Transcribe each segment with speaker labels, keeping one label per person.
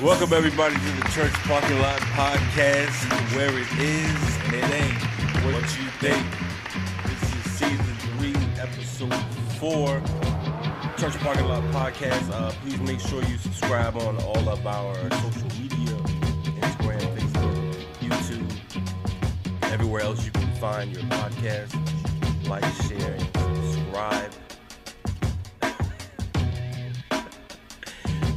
Speaker 1: Welcome everybody to the Church Parking Lot Podcast, where it is and it ain't what you think. This is season three, episode four, Church Parking Lot Podcast. Uh, please make sure you subscribe on all of our social media, Instagram, Facebook, YouTube, everywhere else you can find your podcast. Like, share, and subscribe.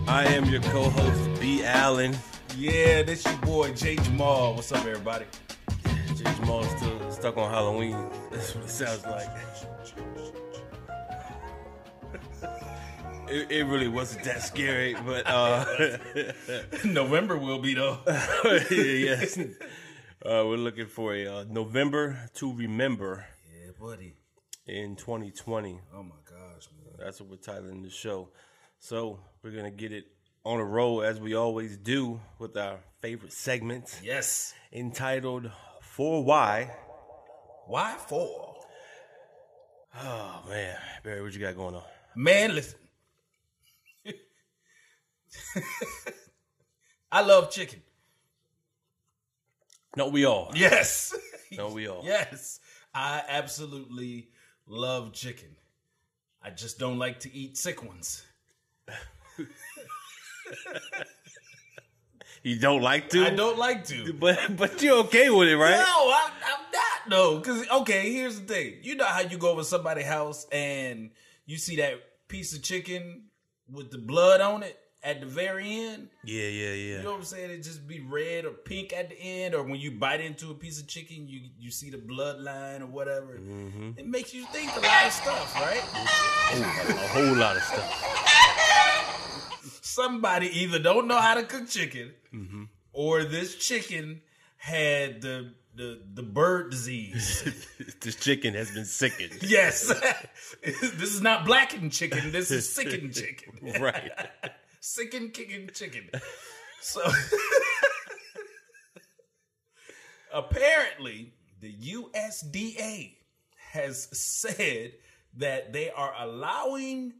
Speaker 1: I am your co-host B. Allen.
Speaker 2: Yeah, this your boy Jay Jamal. What's up, everybody?
Speaker 1: J. Jamal's still stuck on Halloween. That's what it sounds like. It, it really wasn't that scary, but uh,
Speaker 2: November will be though.
Speaker 1: yes, uh, we're looking for a uh, November to remember
Speaker 2: Yeah, buddy.
Speaker 1: in 2020.
Speaker 2: Oh my gosh, man.
Speaker 1: That's what we're titling the show. So we're gonna get it on a roll as we always do with our favorite segment
Speaker 2: Yes.
Speaker 1: entitled "For Why."
Speaker 2: Why for?
Speaker 1: Oh man, Barry, what you got going on?
Speaker 2: Man, listen. I love chicken.
Speaker 1: No, we all.
Speaker 2: Yes.
Speaker 1: No, we all.
Speaker 2: Yes. I absolutely love chicken. I just don't like to eat sick ones.
Speaker 1: You don't like to,
Speaker 2: I don't like to.
Speaker 1: but but you're okay with it, right?
Speaker 2: No, I, I'm not though. Because okay, here's the thing. You know how you go over somebody's house and you see that piece of chicken with the blood on it at the very end.
Speaker 1: Yeah, yeah,
Speaker 2: You
Speaker 1: yeah.
Speaker 2: know what I'm saying? It just be red or pink at the end, or when you bite into a piece of chicken, you you see the bloodline or whatever. It makes you think a lot of stuff, right?
Speaker 1: a whole lot of stuff.
Speaker 2: Somebody either don't know how to cook chicken, or this chicken had the the the bird disease.
Speaker 1: this chicken has been sickened,
Speaker 2: Yes. this is not blackened chicken. This is sickened chicken.
Speaker 1: right?
Speaker 2: Sickened kicking chicken. So apparently, the USDA has said that they are allowing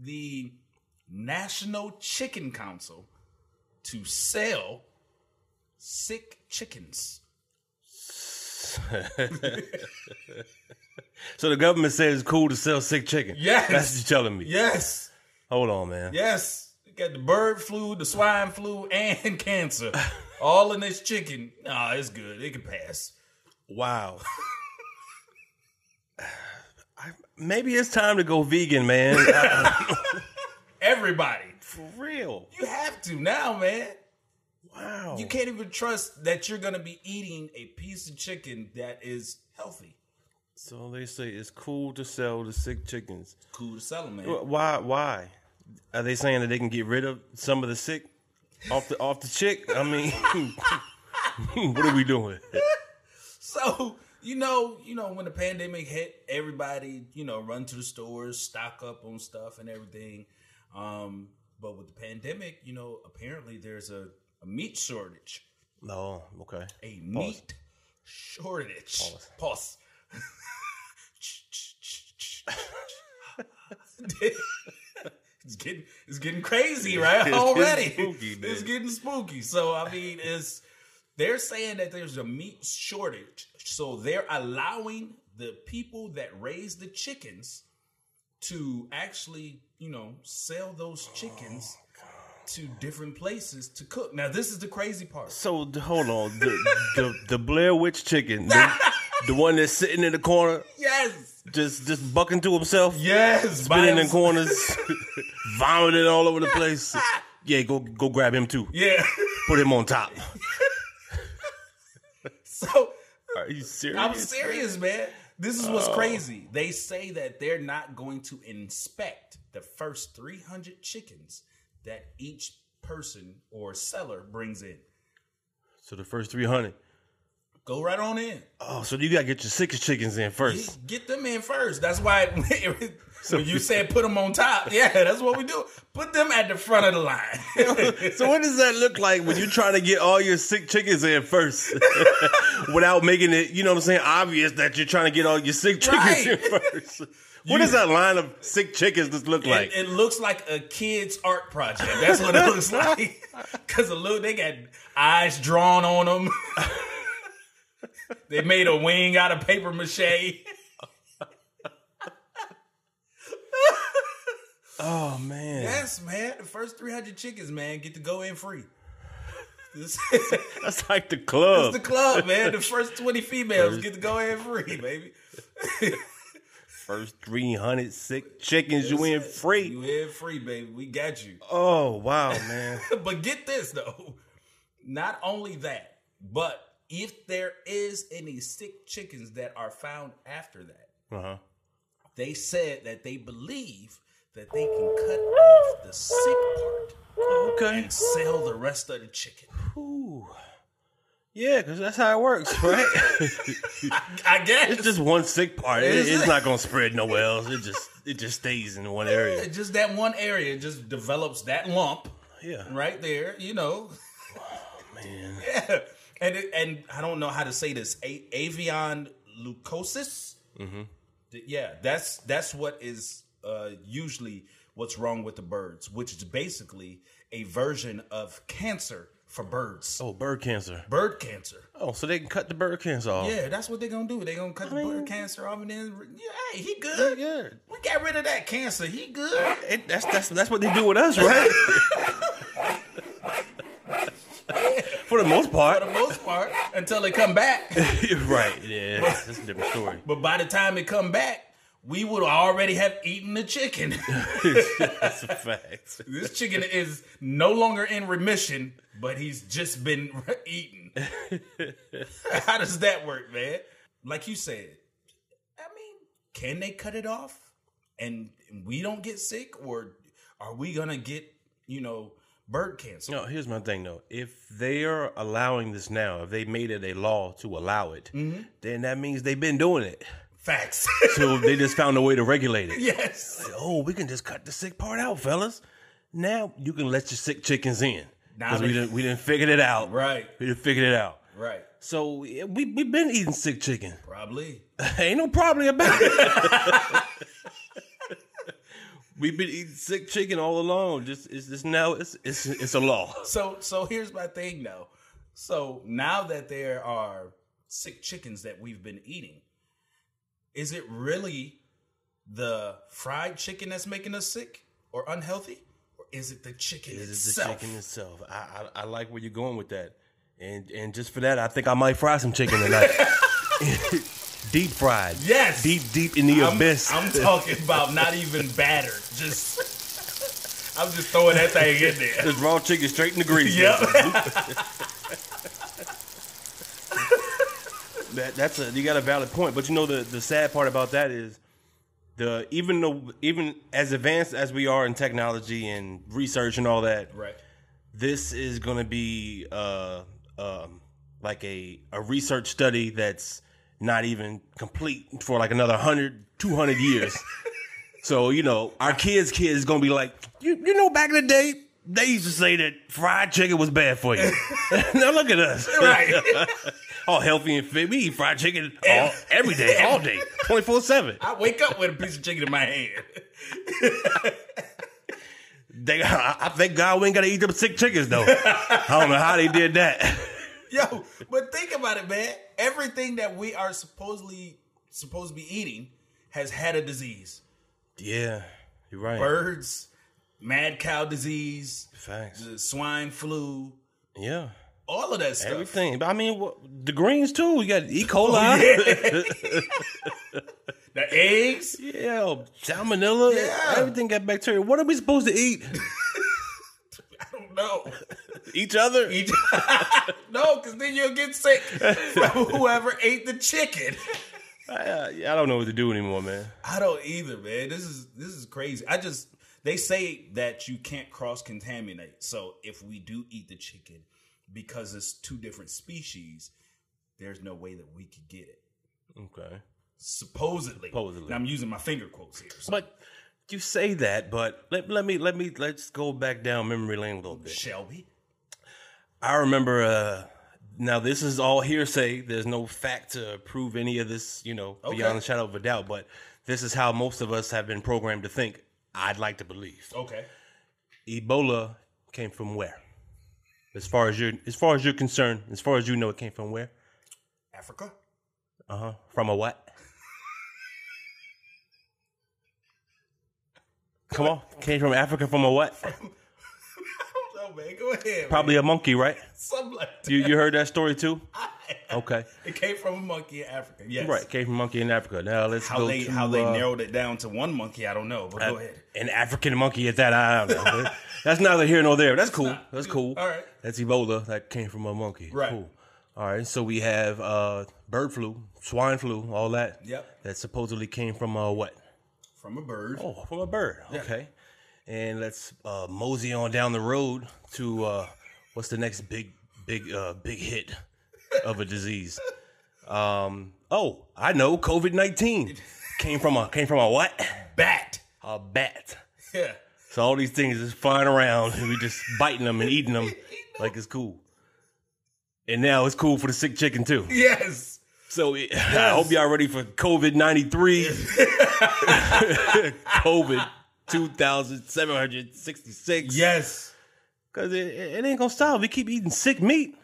Speaker 2: the National Chicken Council to sell sick chickens.
Speaker 1: So the government says it's cool to sell sick chicken.
Speaker 2: Yes.
Speaker 1: that's what you're telling me.
Speaker 2: Yes.
Speaker 1: Hold on, man.
Speaker 2: Yes, you got the bird flu, the swine flu, and cancer. All in this chicken. Nah, it's good. It can pass.
Speaker 1: Wow. I, maybe it's time to go vegan, man.
Speaker 2: Everybody,
Speaker 1: For real.
Speaker 2: you have to now, man.
Speaker 1: Wow.
Speaker 2: You can't even trust that you're gonna be eating a piece of chicken that is healthy.
Speaker 1: So they say it's cool to sell the sick chickens.
Speaker 2: Cool to sell 'em, man.
Speaker 1: Wh- Why? Why are they saying that they can get rid of some of the sick off the off the chick? I mean, what are we doing?
Speaker 2: So you know, you know, when the pandemic hit, everybody you know run to the stores, stock up on stuff and everything. Um, but with the pandemic, you know, apparently there's a, a meat shortage.
Speaker 1: No, okay.
Speaker 2: a meat shortage. Pause. it's getting it's getting crazy, right?
Speaker 1: It's getting
Speaker 2: Already,
Speaker 1: spooky, man.
Speaker 2: it's getting spooky. So I mean, it's they're saying that there's a meat shortage, so they're allowing the people that raise the chickens to actually, you know, sell those chickens.
Speaker 1: Oh,
Speaker 2: to different places to cook. Now this is the crazy part.
Speaker 1: So d- hold on, the, the the Blair Witch chicken, the, the one that's sitting in the corner,
Speaker 2: Yes.
Speaker 1: just just bucking to himself,
Speaker 2: Yes.
Speaker 1: spinning
Speaker 2: by
Speaker 1: in
Speaker 2: himself.
Speaker 1: corners, vomiting all over the place. Yeah, go go grab him too.
Speaker 2: Yeah.
Speaker 1: Put him on top.
Speaker 2: so
Speaker 1: Are you serious?
Speaker 2: I'm serious, man. This is
Speaker 1: Oh.
Speaker 2: what's crazy. They say that they're not going to inspect the first 300 chickens that each person or seller brings in.
Speaker 1: So the first three hundred.
Speaker 2: Go right on in.
Speaker 1: Oh, so you gotta get your sickest chickens in first.
Speaker 2: Get them in first. That's why when you said put them on top, yeah, that's what we do. Put them at the front of the line.
Speaker 1: So what does that look like when you're trying to get all your sick chickens in first, without making it, you know what I'm saying, obvious that you're trying to get all your sick chickens
Speaker 2: Right.
Speaker 1: in first? What does that line of sick chickens just look like?
Speaker 2: it, it looks like a kid's art project. That's what it looks like. Because a little, they got eyes drawn on them. they made a wing out of paper mache.
Speaker 1: oh man,
Speaker 2: Yes, man. The first 300 chickens, man, get to go in free. This
Speaker 1: that's like the club.
Speaker 2: the club, man. The first 20 females get to go in free, baby.
Speaker 1: first 300 sick chickens you in free.
Speaker 2: You in free, baby. We got you.
Speaker 1: Oh wow, man.
Speaker 2: but get this though. Not only that, but if there is any sick chickens that are found after that,
Speaker 1: Uh huh.
Speaker 2: they said that they believe that they can cut off the sick part
Speaker 1: Okay.
Speaker 2: and sell the rest of the chicken.
Speaker 1: Ooh. Yeah, because that's how it works, right?
Speaker 2: I guess
Speaker 1: It's just one sick part. It-
Speaker 2: Is
Speaker 1: it's
Speaker 2: it?
Speaker 1: not gonna spread nowhere else. It just it just stays in one area.
Speaker 2: just that one area just develops that lump
Speaker 1: Yeah,
Speaker 2: right there, you know.
Speaker 1: man.
Speaker 2: Yeah. And it, and I don't know how to say this. A- avian leukosis.
Speaker 1: Mm-hmm.
Speaker 2: Th- Yeah, that's that's what is uh, usually what's wrong with the birds, which is basically a version of cancer for birds.
Speaker 1: Oh, bird cancer.
Speaker 2: Bird cancer.
Speaker 1: Oh, so they can cut the bird cancer off.
Speaker 2: Yeah, that's what they're gonna do. They're gonna cut the bird cancer off, and then yeah, hey, he
Speaker 1: Yeah,
Speaker 2: good.
Speaker 1: yeah.
Speaker 2: We got rid of that cancer. He good.
Speaker 1: It, that's that's that's what they do with us, right? For the most part,
Speaker 2: For the most part, until they come back.
Speaker 1: right? Yeah, that's, that's a different story.
Speaker 2: But by the time they come back, we would already have eaten the chicken.
Speaker 1: That's a fact.
Speaker 2: this chicken is no longer in remission, but he's just been eaten. How does that work, man? Like you said, I mean, can they cut it off and we don't get sick, or are we gonna get you know bird cancer?
Speaker 1: No, here's my thing though. If they are allowing this now, if they made it a law to allow it,
Speaker 2: Mm-hmm.
Speaker 1: then that means they've been doing it.
Speaker 2: Facts.
Speaker 1: So they just found a way to regulate it.
Speaker 2: yes.
Speaker 1: oh, we can just cut the sick part out, fellas. Now you can let your sick chickens in
Speaker 2: Now
Speaker 1: because we
Speaker 2: they-
Speaker 1: didn't we didn't figure it out.
Speaker 2: Right.
Speaker 1: We didn't figure it out.
Speaker 2: Right.
Speaker 1: So yeah, we we been eating sick chicken.
Speaker 2: Probably.
Speaker 1: Ain't no problem about it. We've been eating sick chicken all along. Just it's just now it's it's it's a law.
Speaker 2: So so here's my thing though. So now that there are sick chickens that we've been eating, is it really the fried chicken that's making us sick or unhealthy? Or is it the chicken
Speaker 1: It is the
Speaker 2: itself?
Speaker 1: chicken itself. I, I I like where you're going with that, and and just for that, I think I might fry some chicken tonight. deep fried.
Speaker 2: Yes.
Speaker 1: Deep deep in the
Speaker 2: I'm,
Speaker 1: abyss.
Speaker 2: I'm talking about not even battered. Just I'm just throwing that thing in there.
Speaker 1: This raw chicken straight in the grease.
Speaker 2: Yep.
Speaker 1: That, that's a you got a valid point, but you know the the sad part about that is the even though even as advanced as we are in technology and research and all that,
Speaker 2: right.
Speaker 1: this is going to be uh um like a a research study that's not even complete for like another 100 200 years. so, you know, our kids kids going to be like, you you know back in the day they used to say that fried chicken was bad for you. now look at us.
Speaker 2: Right.
Speaker 1: all healthy and fit. We eat fried chicken all, every day, all day, 24 7.
Speaker 2: I wake up with a piece of chicken in my hand.
Speaker 1: They, I, I thank God we ain't got to eat them sick chickens, though. I don't know how they did that.
Speaker 2: Yo, but think about it, man. Everything that we are supposedly supposed to be eating has had a disease.
Speaker 1: Yeah, you're right.
Speaker 2: Birds, mad cow disease,
Speaker 1: Facts.
Speaker 2: the swine flu,
Speaker 1: Yeah.
Speaker 2: all of that stuff.
Speaker 1: Everything. But I mean, wha- the greens, too. We got E. coli.
Speaker 2: The eggs.
Speaker 1: Yeah, salmonella.
Speaker 2: Yeah.
Speaker 1: Everything got bacteria. What are we supposed to eat?
Speaker 2: I don't know.
Speaker 1: Each other?
Speaker 2: You just- no, because then you'll get sick from whoever ate the chicken.
Speaker 1: I, I, I don't know what to do anymore, man.
Speaker 2: I don't either, man. This is this is crazy. I just they say that you can't cross contaminate. So if we do eat the chicken because it's two different species, there's no way that we could get it.
Speaker 1: Okay.
Speaker 2: Supposedly.
Speaker 1: Supposedly.
Speaker 2: And I'm using my finger quotes here. So
Speaker 1: But you say that, but let, let me let me let's go back down memory lane a little bit.
Speaker 2: Shelby.
Speaker 1: I remember uh now this is all hearsay. There's no fact to prove any of this, you know, beyond
Speaker 2: Okay.
Speaker 1: the shadow of a doubt, but this is how most of us have been programmed to think. I'd like to believe.
Speaker 2: Okay.
Speaker 1: Ebola came from where? As far as you're as far as you're concerned, as far as you know it came from where?
Speaker 2: Africa.
Speaker 1: Uh-huh. From a what? Come on. Came from Africa from a what?
Speaker 2: I don't know, Oh, man. Go ahead.
Speaker 1: Probably a monkey, right?
Speaker 2: Something like that.
Speaker 1: You you heard that story too? Okay.
Speaker 2: It came from a monkey in Africa. Yes.
Speaker 1: Right, came from monkey in Africa. Now let's
Speaker 2: How
Speaker 1: go
Speaker 2: they
Speaker 1: to,
Speaker 2: how they
Speaker 1: uh,
Speaker 2: narrowed it down to one monkey, I don't know. But go ahead.
Speaker 1: an African monkey at that. I don't know. That's neither here nor there. That's cool. That's cool.
Speaker 2: All right.
Speaker 1: That's Ebola that came from a monkey.
Speaker 2: Right.
Speaker 1: Cool. All right. So we have uh, bird flu, swine flu, all that.
Speaker 2: Yep.
Speaker 1: That supposedly came from uh, what?
Speaker 2: From a bird.
Speaker 1: Oh, from a bird. Okay. And let's uh, mosey on down the road to uh, what's the next big, big, uh, big hit of a disease? Um, oh, I know. COVID nineteen came from a came from a what?
Speaker 2: Bat.
Speaker 1: A bat.
Speaker 2: Yeah.
Speaker 1: So all these things is flying around, and we just biting them and eating them like it's cool. And now it's cool for the sick chicken too.
Speaker 2: Yes.
Speaker 1: So it, I hope y'all ready for COVID ninety three, COVID two thousand seven hundred sixty six.
Speaker 2: Yes.
Speaker 1: because it, it ain't gonna stop. We keep eating sick meat.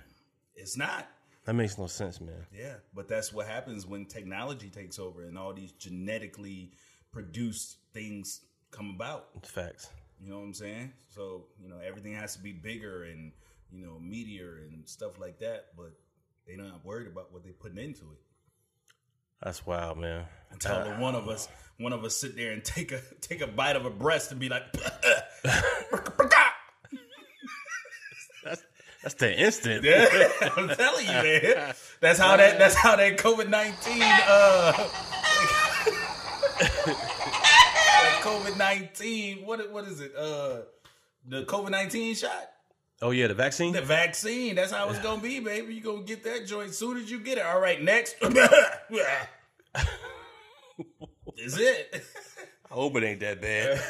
Speaker 2: It's not.
Speaker 1: That makes no sense, man.
Speaker 2: Yeah, but that's what happens when technology takes over and all these genetically produced things come about.
Speaker 1: It's facts.
Speaker 2: You know what I'm saying? So, you know, everything has to be bigger and, you know, meatier and stuff like that, but they do not worried about what they're putting into it.
Speaker 1: That's wild, man.
Speaker 2: Until the one of us one of us sit there and take a take a bite of a breast and be like
Speaker 1: That's that's the instant.
Speaker 2: I'm telling you, man. That's how that that's how that COVID nineteen uh COVID nineteen what what is it? Uh the COVID nineteen shot?
Speaker 1: Oh yeah, the vaccine.
Speaker 2: The vaccine. That's how it's gonna be, baby. You gonna get that joint soon as you get it. All right, next Is it.
Speaker 1: I hope it ain't that bad.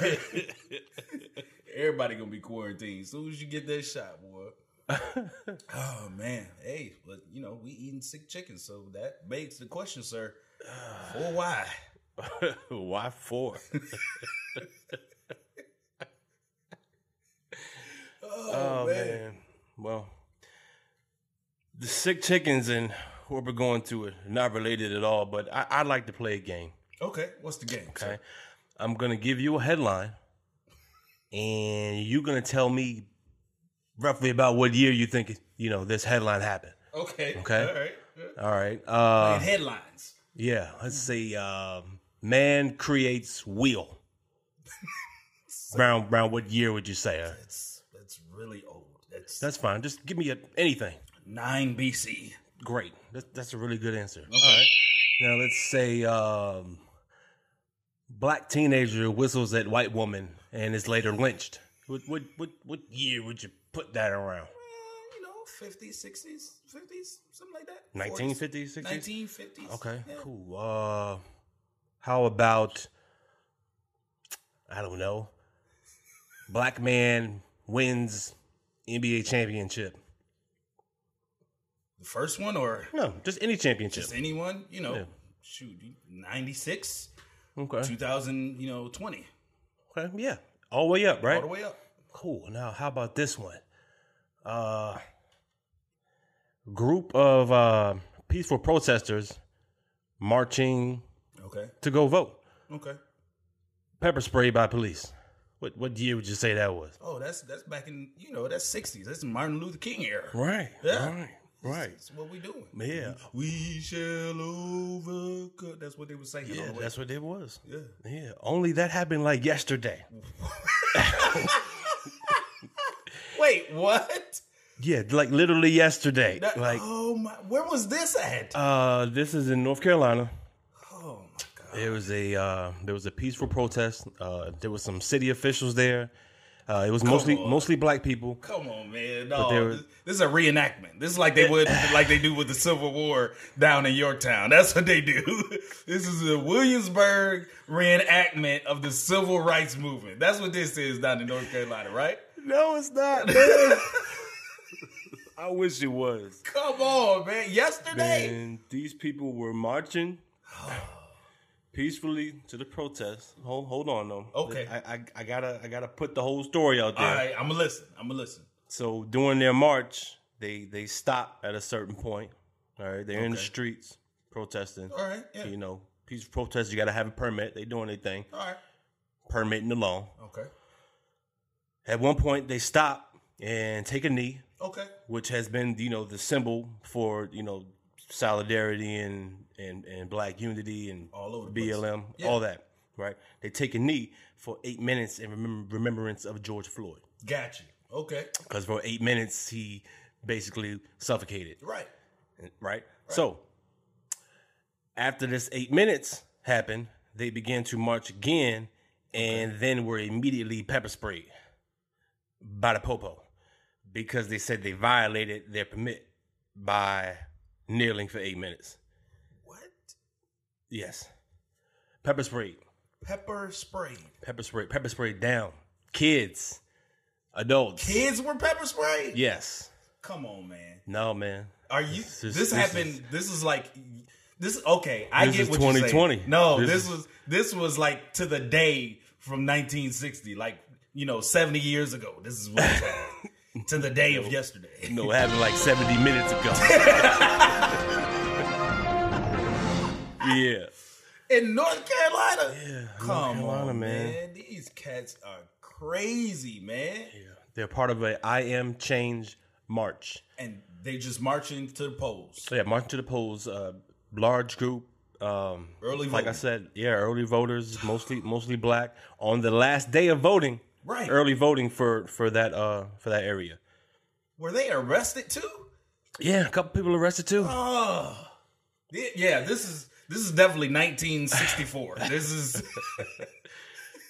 Speaker 2: Everybody gonna be quarantined as soon as you get that shot, boy. oh man, hey, but you know we eating sick chicken, so that begs the question, sir. Or why?
Speaker 1: Why four?
Speaker 2: Oh,
Speaker 1: Oh man. Well, the sick chickens and where we're going to it not related at all. But I, I like to play a game.
Speaker 2: Okay, what's the game?
Speaker 1: Okay, I'm gonna give you a headline, and you're gonna tell me roughly about what year you think you know this headline happened.
Speaker 2: sir? Okay,
Speaker 1: Okay.
Speaker 2: all right. Yeah.
Speaker 1: All right. Uh,
Speaker 2: And headlines.
Speaker 1: yeah. Let's see. Um, man creates wheel. Round, round. What year would you say? Uh,
Speaker 2: That's that's really old. That's,
Speaker 1: That's fine. Just give me a, anything.
Speaker 2: nine BC.
Speaker 1: Great. That, that's a really good answer. All right. Now let's say um, black teenager whistles at white woman and is later lynched. What what what what year would you put that around?
Speaker 2: Well, Uh, you know, fifties, sixties, fifties, something like that.
Speaker 1: 1950s, 60s?
Speaker 2: Nineteen fifties.
Speaker 1: Okay, cool. Uh, how about I don't know. Black man wins NBA championship.
Speaker 2: The first one or
Speaker 1: No, just any championship.
Speaker 2: just anyone, you know,
Speaker 1: Yeah.
Speaker 2: shoot, 96,
Speaker 1: Okay.
Speaker 2: 2000, you know, 20,
Speaker 1: okay. Yeah. All the way up, right?
Speaker 2: all the way up.
Speaker 1: Cool. Now, how about this one? Uh, group of uh, peaceful protesters marching
Speaker 2: Okay.
Speaker 1: to go vote.
Speaker 2: Okay.
Speaker 1: Pepper spray by police. What what year would you say that was?
Speaker 2: Oh, that's that's back in, you know, that's 60s. That's Martin Luther King era.
Speaker 1: Right.
Speaker 2: Yeah.
Speaker 1: Right. Right.
Speaker 2: That's what we doing.
Speaker 1: Yeah.
Speaker 2: We shall overcome. That's what they were saying.
Speaker 1: Yeah.
Speaker 2: all the way.
Speaker 1: That's what it was.
Speaker 2: yeah.
Speaker 1: Yeah. Only that happened like yesterday.
Speaker 2: Wait, what?
Speaker 1: Yeah. Like literally yesterday.
Speaker 2: That-
Speaker 1: Like
Speaker 2: oh my, where was this at?
Speaker 1: uh, this is in North Carolina.
Speaker 2: oh my God.
Speaker 1: There was a uh, there was a peaceful protest. Uh, there was some city officials there. Uh, it was mostly
Speaker 2: on.
Speaker 1: mostly black people.
Speaker 2: Come on, man. No,
Speaker 1: they were-
Speaker 2: this, this is a reenactment. This is like they would, like they do with the Civil War down in Yorktown. That's what they do. This is a Williamsburg reenactment of the Civil Rights Movement. That's what this is down in North Carolina, right?
Speaker 1: No, it's not.
Speaker 3: I wish it was.
Speaker 2: Come on, man. Yesterday,
Speaker 1: Man,
Speaker 3: These people were marching peacefully to the protest.
Speaker 1: hold, hold on though.
Speaker 2: Okay.
Speaker 1: I, I I gotta I gotta put the whole story out there.
Speaker 2: all right. I'm gonna listen. I'm gonna listen.
Speaker 1: So during their march, they they stop at a certain point. All right, they're in the streets protesting.
Speaker 2: All right. Yeah.
Speaker 1: You know, peaceful protest. You got to have a permit. They doing their thing,
Speaker 2: All right.
Speaker 1: permitting the loan.
Speaker 2: Okay.
Speaker 1: At one point, they stop and take a knee,
Speaker 2: Okay.
Speaker 1: which has been you know the symbol for you know solidarity and and and black unity and
Speaker 2: All over the place.
Speaker 1: BLM,
Speaker 2: Yeah.
Speaker 1: all that. Right? They take a knee for eight minutes in remem- remembrance of George Floyd,
Speaker 2: Got you. Okay.
Speaker 1: because for eight minutes he basically suffocated.
Speaker 2: Right.
Speaker 1: right? So after this eight minutes happened, they began to march again, and then were immediately pepper sprayed by the popo because they said they violated their permit by kneeling for eight minutes.
Speaker 2: What?
Speaker 1: Yes, pepper sprayed,
Speaker 2: Pepper sprayed.
Speaker 1: pepper sprayed, pepper sprayed down kids, adults.
Speaker 2: Kids were pepper sprayed.
Speaker 1: Yes,
Speaker 2: Come on, man.
Speaker 1: no man.
Speaker 2: Are you?
Speaker 1: This
Speaker 2: This,
Speaker 1: is- this
Speaker 2: happened.
Speaker 1: is-
Speaker 2: this is like this. Okay, I
Speaker 1: This
Speaker 2: get
Speaker 1: is
Speaker 2: what you're saying.
Speaker 1: 2020.
Speaker 2: No,
Speaker 1: This
Speaker 2: this,
Speaker 1: is-
Speaker 2: was this was like to the day from 1960, like you know, 70 years ago. This is what was happening to the day of yesterday.
Speaker 1: No, it happened like 70 minutes ago. yeah.
Speaker 2: in North Carolina. Yeah, come
Speaker 1: Carolina,
Speaker 2: on,
Speaker 1: man.
Speaker 2: man. These cats are crazy, man.
Speaker 1: They're part of a I am change march.
Speaker 2: And they just marching to the polls.
Speaker 1: So yeah, march to the polls. Uh, large group. Um,
Speaker 2: Early
Speaker 1: like I
Speaker 2: voting.
Speaker 1: said, yeah, early voters, mostly mostly black. On the last day of voting,
Speaker 2: Right.
Speaker 1: Early voting for for that uh for that area.
Speaker 2: Were they arrested too?
Speaker 1: Yeah, a couple people arrested too.
Speaker 2: Oh, yeah. This is this is definitely 1964. this is.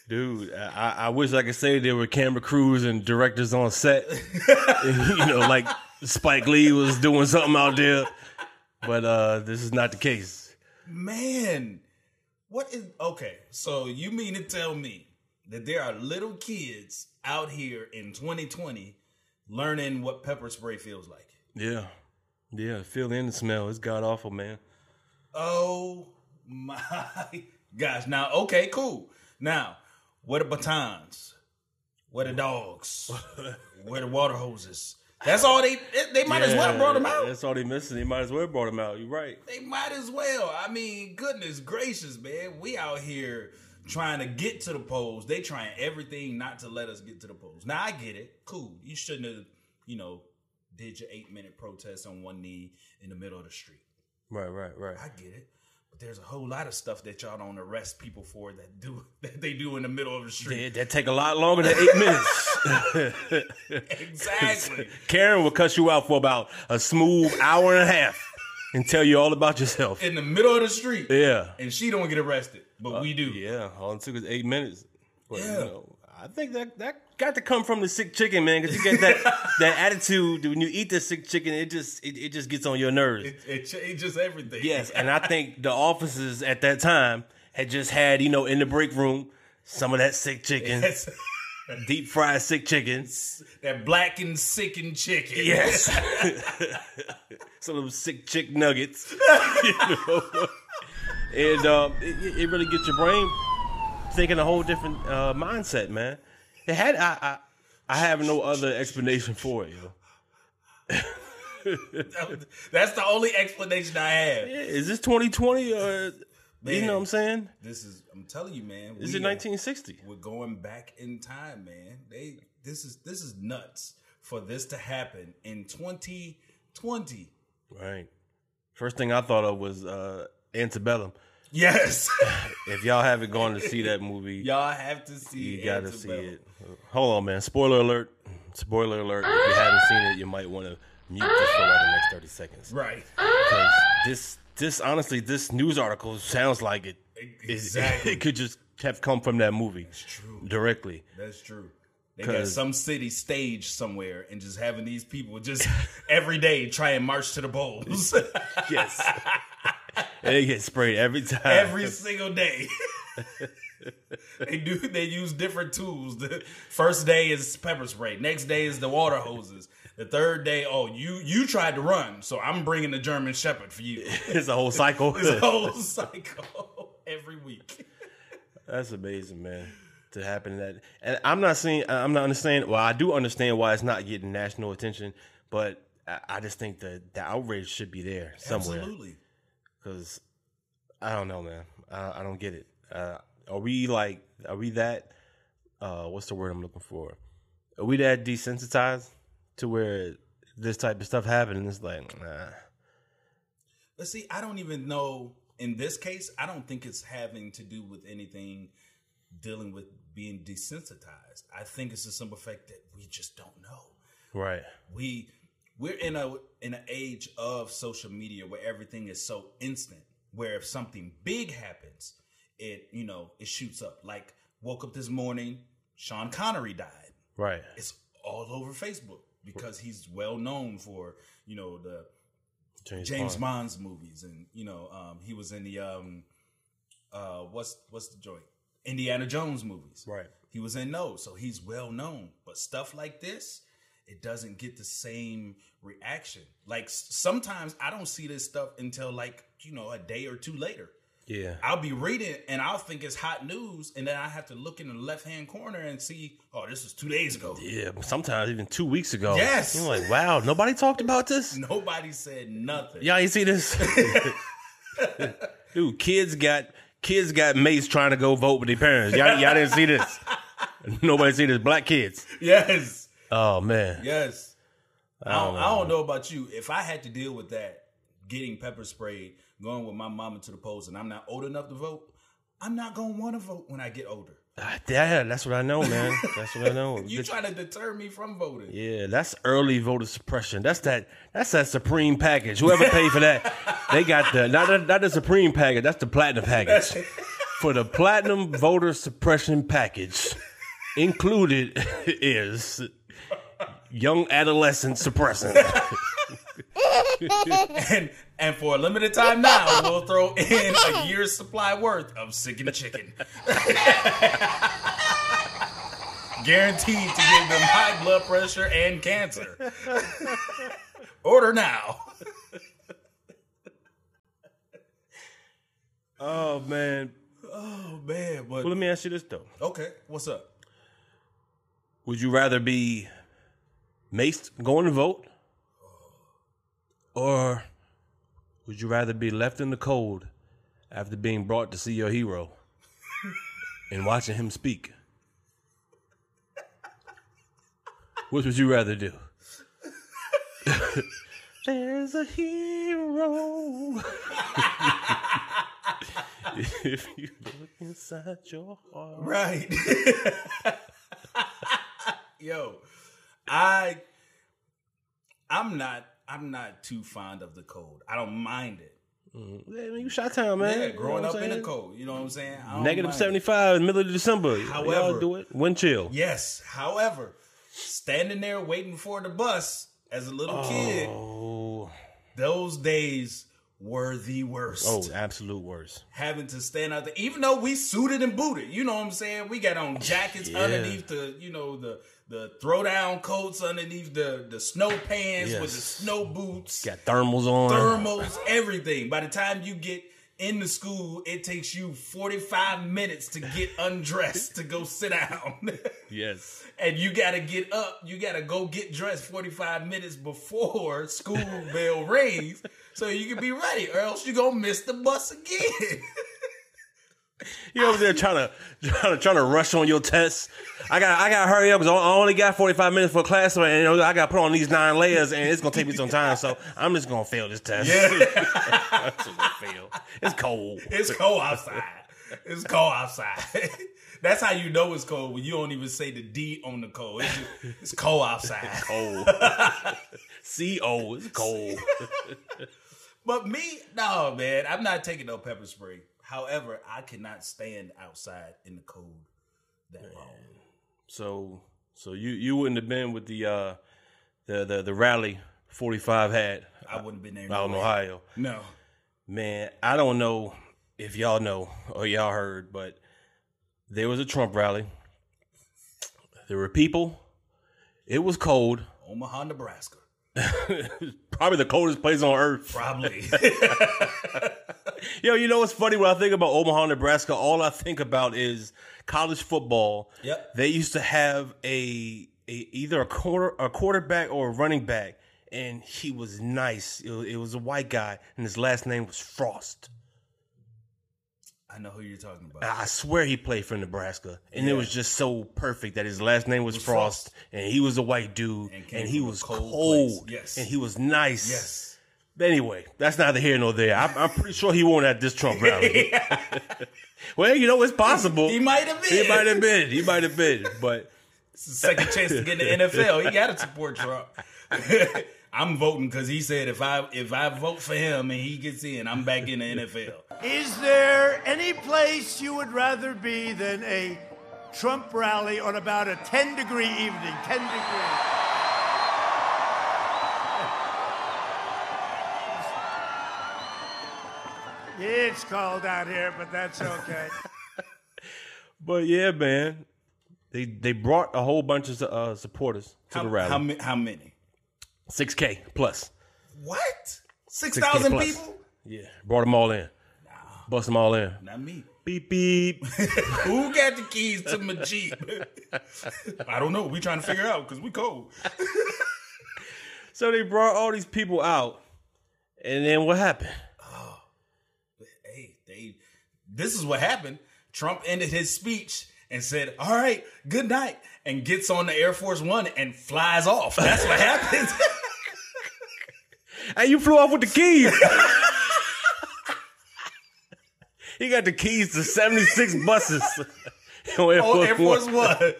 Speaker 1: Dude, I, I wish I could say there were camera crews and directors on set. you know, like Spike Lee was doing something out there. But uh this is not the case.
Speaker 2: Man, what is okay? So you mean to tell me that there are little kids out here in 2020 learning what pepper spray feels like?
Speaker 1: Yeah. Yeah, feel in the smell. It's god awful, man.
Speaker 2: Oh my gosh! Now, okay, cool. Now, where the batons? Where the dogs? Where the water hoses? That's all they. They might as well have brought them out.
Speaker 1: That's all they missing. They might as well brought him out. You're right.
Speaker 2: They might as well. I mean, goodness gracious, man. We out here trying to get to the polls. They trying everything not to let us get to the polls. Now I get it. Cool. You shouldn't have, you know, did your eight minute protest on one knee in the middle of the street.
Speaker 1: Right, right, right.
Speaker 2: I get it. But there's a whole lot of stuff that y'all don't arrest people for that do that they do in the middle of the street.
Speaker 1: Yeah, that take a lot longer than eight minutes.
Speaker 2: Exactly.
Speaker 1: Karen will cuss you out for about a smooth hour and a half and tell you all about yourself.
Speaker 2: in the middle of the street.
Speaker 1: Yeah. Uh,
Speaker 2: And she don't get arrested. But we do.
Speaker 1: Yeah, all it took was eight minutes. But,
Speaker 2: Yeah.
Speaker 1: you know, I think that that got to come from the sick chicken, man, because you get that that attitude when you eat the sick chicken, it just it, it just gets on your nerves.
Speaker 2: It, it changes everything.
Speaker 1: yes, and I think the officers at that time had just had you know in the break room some of that sick chicken,
Speaker 2: That's-
Speaker 1: deep fried sick chicken.
Speaker 2: that black and sickened chicken.
Speaker 1: Yes, some of them sick chick nuggets, you know, and um, it, it really gets your brain thinking a whole different uh, mindset, man. It had I, I I have no other explanation for it. Yo.
Speaker 2: That's the only explanation I have.
Speaker 1: Is this 2020 or you
Speaker 2: Man.
Speaker 1: know what I'm saying?
Speaker 2: This is I'm telling you, man.
Speaker 1: Is
Speaker 2: we
Speaker 1: it
Speaker 2: are-
Speaker 1: 1960?
Speaker 2: We're going back in time, man. They this is this is nuts for this to happen in 2020.
Speaker 1: Right. First thing I thought of was uh, Antebellum.
Speaker 2: Yes.
Speaker 1: If y'all haven't gone to see that movie,
Speaker 2: Y'all have to see
Speaker 1: you gotta see
Speaker 2: Antebellum.
Speaker 1: it. Hold on, man. Spoiler alert. Spoiler alert. If you haven't seen it, you might want to mute this for like the next 30 seconds.
Speaker 2: Right.
Speaker 1: Because this, this honestly, this news article sounds like it. it-
Speaker 2: Exactly.
Speaker 1: It, could just have come from that movie
Speaker 2: It's true.
Speaker 1: directly.
Speaker 2: That's true. They got
Speaker 1: 'Cause-
Speaker 2: some city stage somewhere and just having these people just every day try and march to the polls
Speaker 1: Yes. and they get sprayed every time.
Speaker 2: every single day. they do. They use different tools. The first day is pepper spray. Next day is the water hoses. The third day, oh, you you tried to run, so I'm bringing the German Shepherd for you.
Speaker 1: it's a whole cycle.
Speaker 2: This whole cycle every week.
Speaker 1: That's amazing, man. To happen that, and I'm not saying I'm not understanding. Well, I do understand why it's not getting national attention, but I, I just think that the outrage should be there somewhere.
Speaker 2: Absolutely.
Speaker 1: Because I don't know, man. I, I don't get it. Uh, are we like? Are we that? Uh, what's the word I'm looking for? Are we that desensitized to where this type of stuff happens? And it's like, nah.
Speaker 2: But see, I don't even know. In this case, I don't think it's having to do with anything dealing with being desensitized. I think it's a simple fact that we just don't know.
Speaker 1: Right.
Speaker 2: we we're in a in an age of social media where everything is so instant where if something big happens it you know it shoots up like woke up this morning sean connery died
Speaker 1: Right.
Speaker 2: it's all over facebook because he's well known for you know the
Speaker 1: James,
Speaker 2: james
Speaker 1: Bond.
Speaker 2: bond's movies and you know um he was in the um uh what's what's the joint indiana jones movies
Speaker 1: Right.
Speaker 2: he was in no, so he's well known. But stuff like this, it doesn't get the same reaction. Like s- sometimes I don't see this stuff until like, you know, a day or two later.
Speaker 1: Yeah.
Speaker 2: I'll be reading and I'll think it's hot news, and then I have to look in the left hand corner and see, oh, this was two days ago.
Speaker 1: Yeah, sometimes even two weeks ago.
Speaker 2: Yes.
Speaker 1: You're like, wow, nobody talked about this?
Speaker 2: Nobody said nothing.
Speaker 1: Y'all ain't see this? Dude, kids got kids got mates trying to go vote with their parents. Y'all, y'all didn't see this. Nobody see this. Black kids.
Speaker 2: Yes.
Speaker 1: Oh man.
Speaker 2: Yes. I don't, I don't know about you. If I had to deal with that, getting pepper sprayed, going with my mama to the polls, and I'm not old enough to vote, I'm not gonna want to vote when I get older.
Speaker 1: Ah, Yeah, that's what I know, man. That's what I know.
Speaker 2: You
Speaker 1: Bitch.
Speaker 2: trying to deter me from voting?
Speaker 1: yeah, that's early voter suppression. That's that that's that supreme package. Whoever paid for that, they got the not the, not the supreme package, that's the platinum package. for the platinum voter suppression package included is young adolescent suppressant
Speaker 2: And and for a limited time now, we'll throw in a year's supply worth of sickened chicken. Guaranteed to give them high blood pressure and cancer. Order now.
Speaker 1: oh man
Speaker 2: Oh man,
Speaker 1: well
Speaker 2: but
Speaker 1: let me ask you this though
Speaker 2: okay, what's up?
Speaker 1: would you rather be maced going to vote or would you rather be left in the cold after being brought to see your hero and watching him speak which would you rather do there's a hero if you look inside your heart
Speaker 2: Right. Yo, I I'm not I'm not too fond of the cold. I don't mind it.
Speaker 1: Yeah, I mean, you shot town, man.
Speaker 2: Yeah,
Speaker 1: You know
Speaker 2: growing
Speaker 1: what
Speaker 2: up
Speaker 1: I'm
Speaker 2: in the
Speaker 1: saying?
Speaker 2: cold. You know what I'm saying? I don't
Speaker 1: Oh, Negative
Speaker 2: mind it.
Speaker 1: 75 in the middle of December. However,
Speaker 2: However-
Speaker 1: Y'all do it. Wind chill.
Speaker 2: Yes. However, standing there waiting for the bus as a little kid,
Speaker 1: Oh,
Speaker 2: those days were the worst.
Speaker 1: oh, absolute worst.
Speaker 2: Having to stand out there, even though we suited and booted, you know what I'm saying? We got on jackets
Speaker 1: Yeah.
Speaker 2: underneath the, you know, the the throwdown coats underneath the the snow pants with the
Speaker 1: Yes.
Speaker 2: snow boots,
Speaker 1: Got thermals on.
Speaker 2: thermals, everything. By the time you get into school, it takes you 45 minutes to get undressed to go sit down.
Speaker 1: Yes.
Speaker 2: and you gotta get up, you gotta go get dressed 45 minutes before school bell rings so you can be ready, or else you're gonna miss the bus again.
Speaker 1: You over there trying to trying to trying to rush on your tests. I got I got to hurry up because I only got 45 minutes for class, and you know, I got to put on these nine layers, and it's gonna take me some time. So I'm just gonna fail this test. I'm just gonna fail. It's cold.
Speaker 2: it's cold outside. It's cold outside. That's how you know it's cold when you don't even say the D on the cold. It's, just, it's cold outside.
Speaker 1: cold. C O. It's cold.
Speaker 2: But me, no, man, I'm not taking no pepper spray. However, I cannot stand outside in the cold that long.
Speaker 1: So So you you wouldn't have been with the uh the the, the rally 45 had
Speaker 2: I wouldn't have been there.
Speaker 1: out in
Speaker 2: anyway.
Speaker 1: Ohio.
Speaker 2: No.
Speaker 1: Man, I don't know if y'all know or y'all heard, but there was a Trump rally. There were people. It was cold.
Speaker 2: Omaha, Nebraska.
Speaker 1: Probably the coldest place on earth.
Speaker 2: Probably.
Speaker 1: Yo, you know what's funny when I think about Omaha, Nebraska, all I think about is college football.
Speaker 2: Yep.
Speaker 1: They used to have a, a either a quarter a quarterback or a running back, and he was nice. It was, it was a white guy, and his last name was Frost.
Speaker 2: I know who you're talking about.
Speaker 1: I I swear he played for Nebraska, and it
Speaker 2: Yeah.
Speaker 1: was just so perfect that his last name was,
Speaker 2: Was
Speaker 1: Frost,
Speaker 2: Frost.
Speaker 1: and he was a white dude, and,
Speaker 2: And came
Speaker 1: he
Speaker 2: from a
Speaker 1: was
Speaker 2: cold
Speaker 1: cold,
Speaker 2: place. Yes.
Speaker 1: and he was nice.
Speaker 2: yes.
Speaker 1: But anyway, that's neither here nor there. I'm, I'm pretty sure he won't at this Trump rally. well, you know it's possible.
Speaker 2: He might have been.
Speaker 1: He might have been. He might have been. But
Speaker 2: It's his second chance to get in the NFL. He got to support Trump. I'm voting because he said if I if I vote for him and he gets in, I'm back in the NFL.
Speaker 4: Is there any place you would rather be than a Trump rally on about a 10 degree evening? 10 degree. It's cold out here, but that's okay.
Speaker 1: but yeah, man, they they brought a whole bunch of uh, supporters to the
Speaker 2: How, how,
Speaker 1: rally.
Speaker 2: ma- how many?
Speaker 1: Six K plus.
Speaker 2: What? Six
Speaker 1: 6K
Speaker 2: thousand
Speaker 1: plus.
Speaker 2: people?
Speaker 1: Yeah, brought them all in. Bust them all in.
Speaker 2: Not me.
Speaker 1: Beep beep.
Speaker 2: Who got the keys to my Jeep? I don't know. We trying to figure out because we cold.
Speaker 1: so they brought all these people out, and then what happened?
Speaker 2: Hey, they. This is what happened. Trump ended his speech and said, "All right, good night," and gets on the Air Force One and flies off. That's what happens.
Speaker 1: Hey, you flew off with the keys. he got the keys to 76 buses. On Oh, Air
Speaker 2: on
Speaker 1: Force
Speaker 2: Air Force
Speaker 1: One.
Speaker 2: One.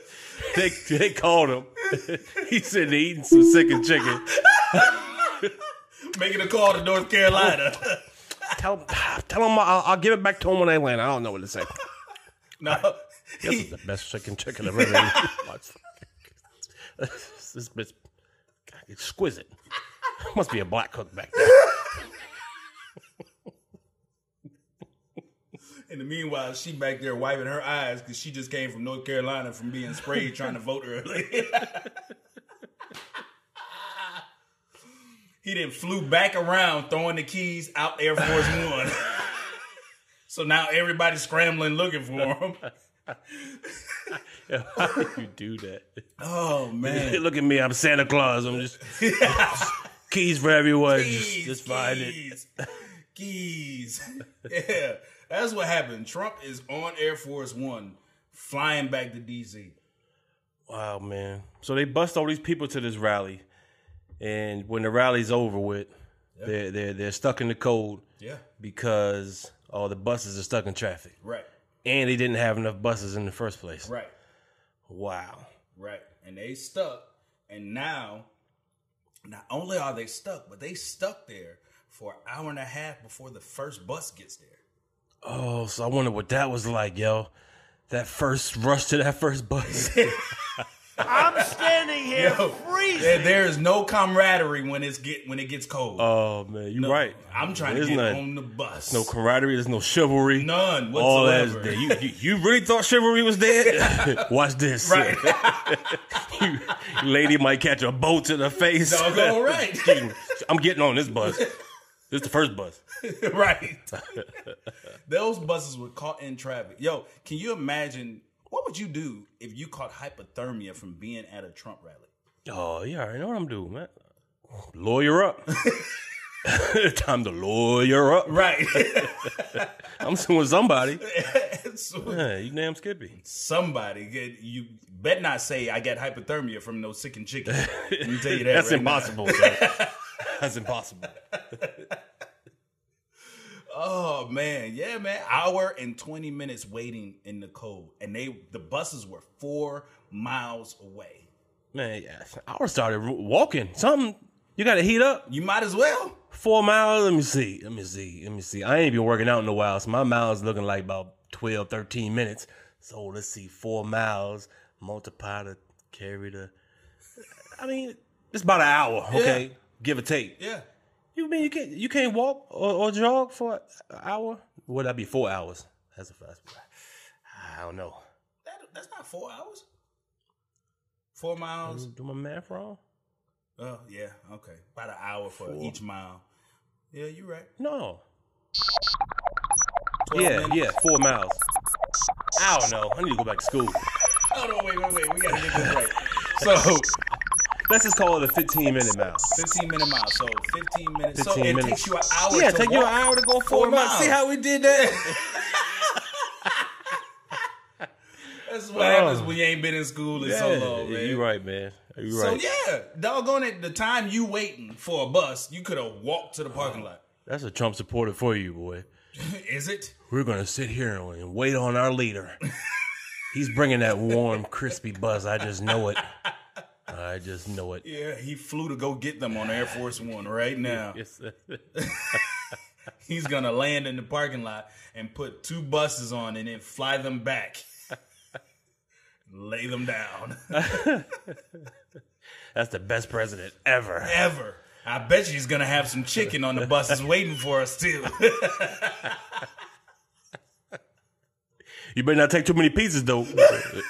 Speaker 1: They, they called him. he said they eating some chicken chicken.
Speaker 2: making a call to North Carolina.
Speaker 1: Tell, tell him I'll, I'll give it back to him when I land. I don't know what to say.
Speaker 2: no,
Speaker 1: This is the best chicken chicken I've ever eaten. this bitch exquisite. Must be a black cook back there.
Speaker 2: in the meanwhile, she back there wiping her eyes because she just came from North Carolina from being sprayed trying to vote early. he then flew back around throwing the keys out Air Force One. so now everybody's scrambling looking for him.
Speaker 1: How did you do that?
Speaker 2: Oh man.
Speaker 1: Look at me, I'm Santa Claus. I'm just keys for everywhere.
Speaker 2: Keys,
Speaker 1: just just find it.
Speaker 2: keys, keys. Yeah, that's what happened. Trump is on Air Force One, flying back to DC.
Speaker 1: Wow, man. So they bust all these people to this rally, and when the rally's over with, they're they're they're stuck in the cold
Speaker 2: Yeah,
Speaker 1: because all the buses are stuck in traffic,
Speaker 2: right,
Speaker 1: and they didn't have enough buses in the first place.
Speaker 2: right,
Speaker 1: Wow.
Speaker 2: right. And they stuck. And now, not only are they stuck, but they stuck there for an hour and a half before the first bus gets there.
Speaker 1: Oh, so I wonder what that was like, yo. That first rush to that first bus.
Speaker 4: I'm standing here
Speaker 2: Yo, There,
Speaker 4: freezing.
Speaker 2: there is no camaraderie when it's get when it gets cold.
Speaker 1: oh man, you
Speaker 2: No,
Speaker 1: right.
Speaker 2: I'm trying
Speaker 1: There's
Speaker 2: to get
Speaker 1: none-
Speaker 2: on the bus.
Speaker 1: No camaraderie. There's no chivalry.
Speaker 2: None
Speaker 1: All that's
Speaker 2: whatsoever.
Speaker 1: dead. You, you, you really thought chivalry was dead? Watch this.
Speaker 2: right.
Speaker 1: You- lady might catch a bolt to the face.
Speaker 2: Doggone right.
Speaker 1: I'm getting on this bus. This is the first bus.
Speaker 2: right. Those buses were caught in traffic. Yo, can you imagine what would you do if you caught hypothermia from being at a Trump rally?
Speaker 1: Oh, yeah, I know what I'm doing, man. Lawyer up. Time to lawyer up.
Speaker 2: Right.
Speaker 1: I'm suing somebody.
Speaker 2: So
Speaker 1: Yeah, you damn Skippy.
Speaker 2: somebody get you bet not say I got hypothermia from no sick and chicken. Let me tell you that.
Speaker 1: That's
Speaker 2: right now.
Speaker 1: impossible. sir. That's impossible.
Speaker 2: Oh man, yeah, man. Hour and twenty minutes waiting in the cold. And they the buses were four miles away.
Speaker 1: Man, yeah. I started walking. Something. You got to heat up.
Speaker 2: You might as well.
Speaker 1: Four miles. Let me see. Let me see. Let me see. I ain't been working out in a while, so my miles looking like about 12, 13 minutes. So let's see. Four miles multiplied to carry the. I mean, it's about an hour, okay, give or take.
Speaker 2: Yeah.
Speaker 1: You mean you can't you can't walk or, or jog for an hour? Would that be four hours? That's a fast. I don't know.
Speaker 2: That, that's not four hours. Four miles.
Speaker 1: Do my math wrong?
Speaker 2: Oh yeah, okay. About an hour for each mile. Yeah, you're right.
Speaker 1: No.
Speaker 2: 12
Speaker 1: Yeah,
Speaker 2: minutes.
Speaker 1: yeah, four miles. I don't know. I need to go back to school.
Speaker 2: Oh no, wait, wait, wait. We gotta get this right. So
Speaker 1: Let's just call it a fifteen minute mile.
Speaker 2: 15 minute mile. So 15 minutes. so
Speaker 1: 15
Speaker 2: it
Speaker 1: minutes.
Speaker 2: takes you an hour.
Speaker 1: Yeah,
Speaker 2: to
Speaker 1: take
Speaker 2: walk.
Speaker 1: you an hour to go four,
Speaker 2: Four
Speaker 1: miles. See
Speaker 2: miles.
Speaker 1: how we did that?
Speaker 2: That's what happens when you ain't been in school in so long, man.
Speaker 1: Oh. You right, man. You
Speaker 2: So
Speaker 1: right.
Speaker 2: yeah, doggone it, the time you waiting for a bus, you could have walked to the parking lot.
Speaker 1: That's a Trump supporter for you, boy.
Speaker 2: Is it?
Speaker 1: We're gonna sit here and wait on our leader. He's bringing that warm, crispy buzz. I just know it. I just know it.
Speaker 2: Yeah, he flew to go get them on Air Force One right now.
Speaker 1: Yes.
Speaker 2: He's gonna land in the parking lot and put two buses on and then fly them back. Lay them down.
Speaker 1: That's the best president ever.
Speaker 2: Ever. I bet you he's gonna have some chicken on the buses waiting for us too.
Speaker 1: You better not take too many pieces though.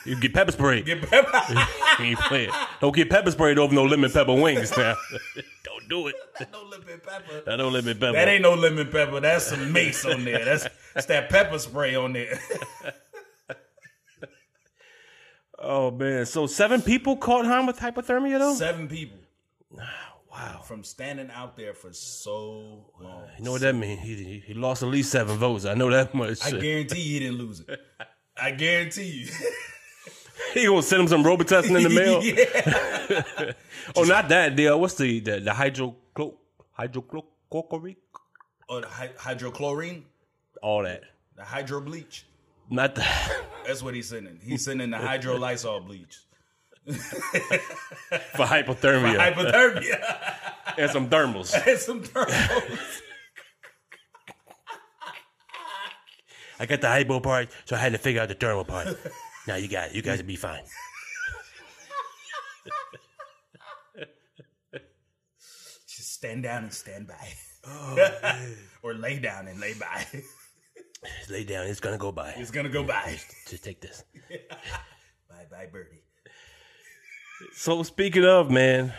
Speaker 1: you get pepper sprayed.
Speaker 2: Get pepper.
Speaker 1: You ain't playing. Don't get pepper sprayed over no lemon pepper wings now. don't do it.
Speaker 2: no lemon pepper.
Speaker 1: I don't lemon pepper.
Speaker 2: That ain't no lemon pepper. That's some mace on there. That's that's that pepper spray on there.
Speaker 1: oh man. So seven people caught harm with hypothermia though.
Speaker 2: Seven people
Speaker 1: Wow.
Speaker 2: from standing out there for so long.
Speaker 1: You know what that means? He, he, he lost at least seven votes. I know that much.
Speaker 2: I guarantee he didn't lose it. I guarantee you.
Speaker 1: He gonna send him some Robitussin in the mail.
Speaker 2: yeah.
Speaker 1: Oh, not that deal. What's the the, the hydroclo hydrocloric?
Speaker 2: Or the hy- hydrochlorine,
Speaker 1: All that.
Speaker 2: the hydro bleach.
Speaker 1: Not the
Speaker 2: That's what he's sending. He's sending the hydro Lysol bleach.
Speaker 1: for hypothermia
Speaker 2: Hypothermia
Speaker 1: and some thermals.
Speaker 2: and some thermals.
Speaker 1: I got the hypo part, so I had to figure out the thermal part. now you got it. You guys will be fine.
Speaker 2: Just stand down and stand by. or lay down and lay by.
Speaker 1: Just lay down. It's gonna go by.
Speaker 2: It's gonna go by.
Speaker 1: Just take this.
Speaker 2: Bye bye, birdie.
Speaker 1: So speaking of man,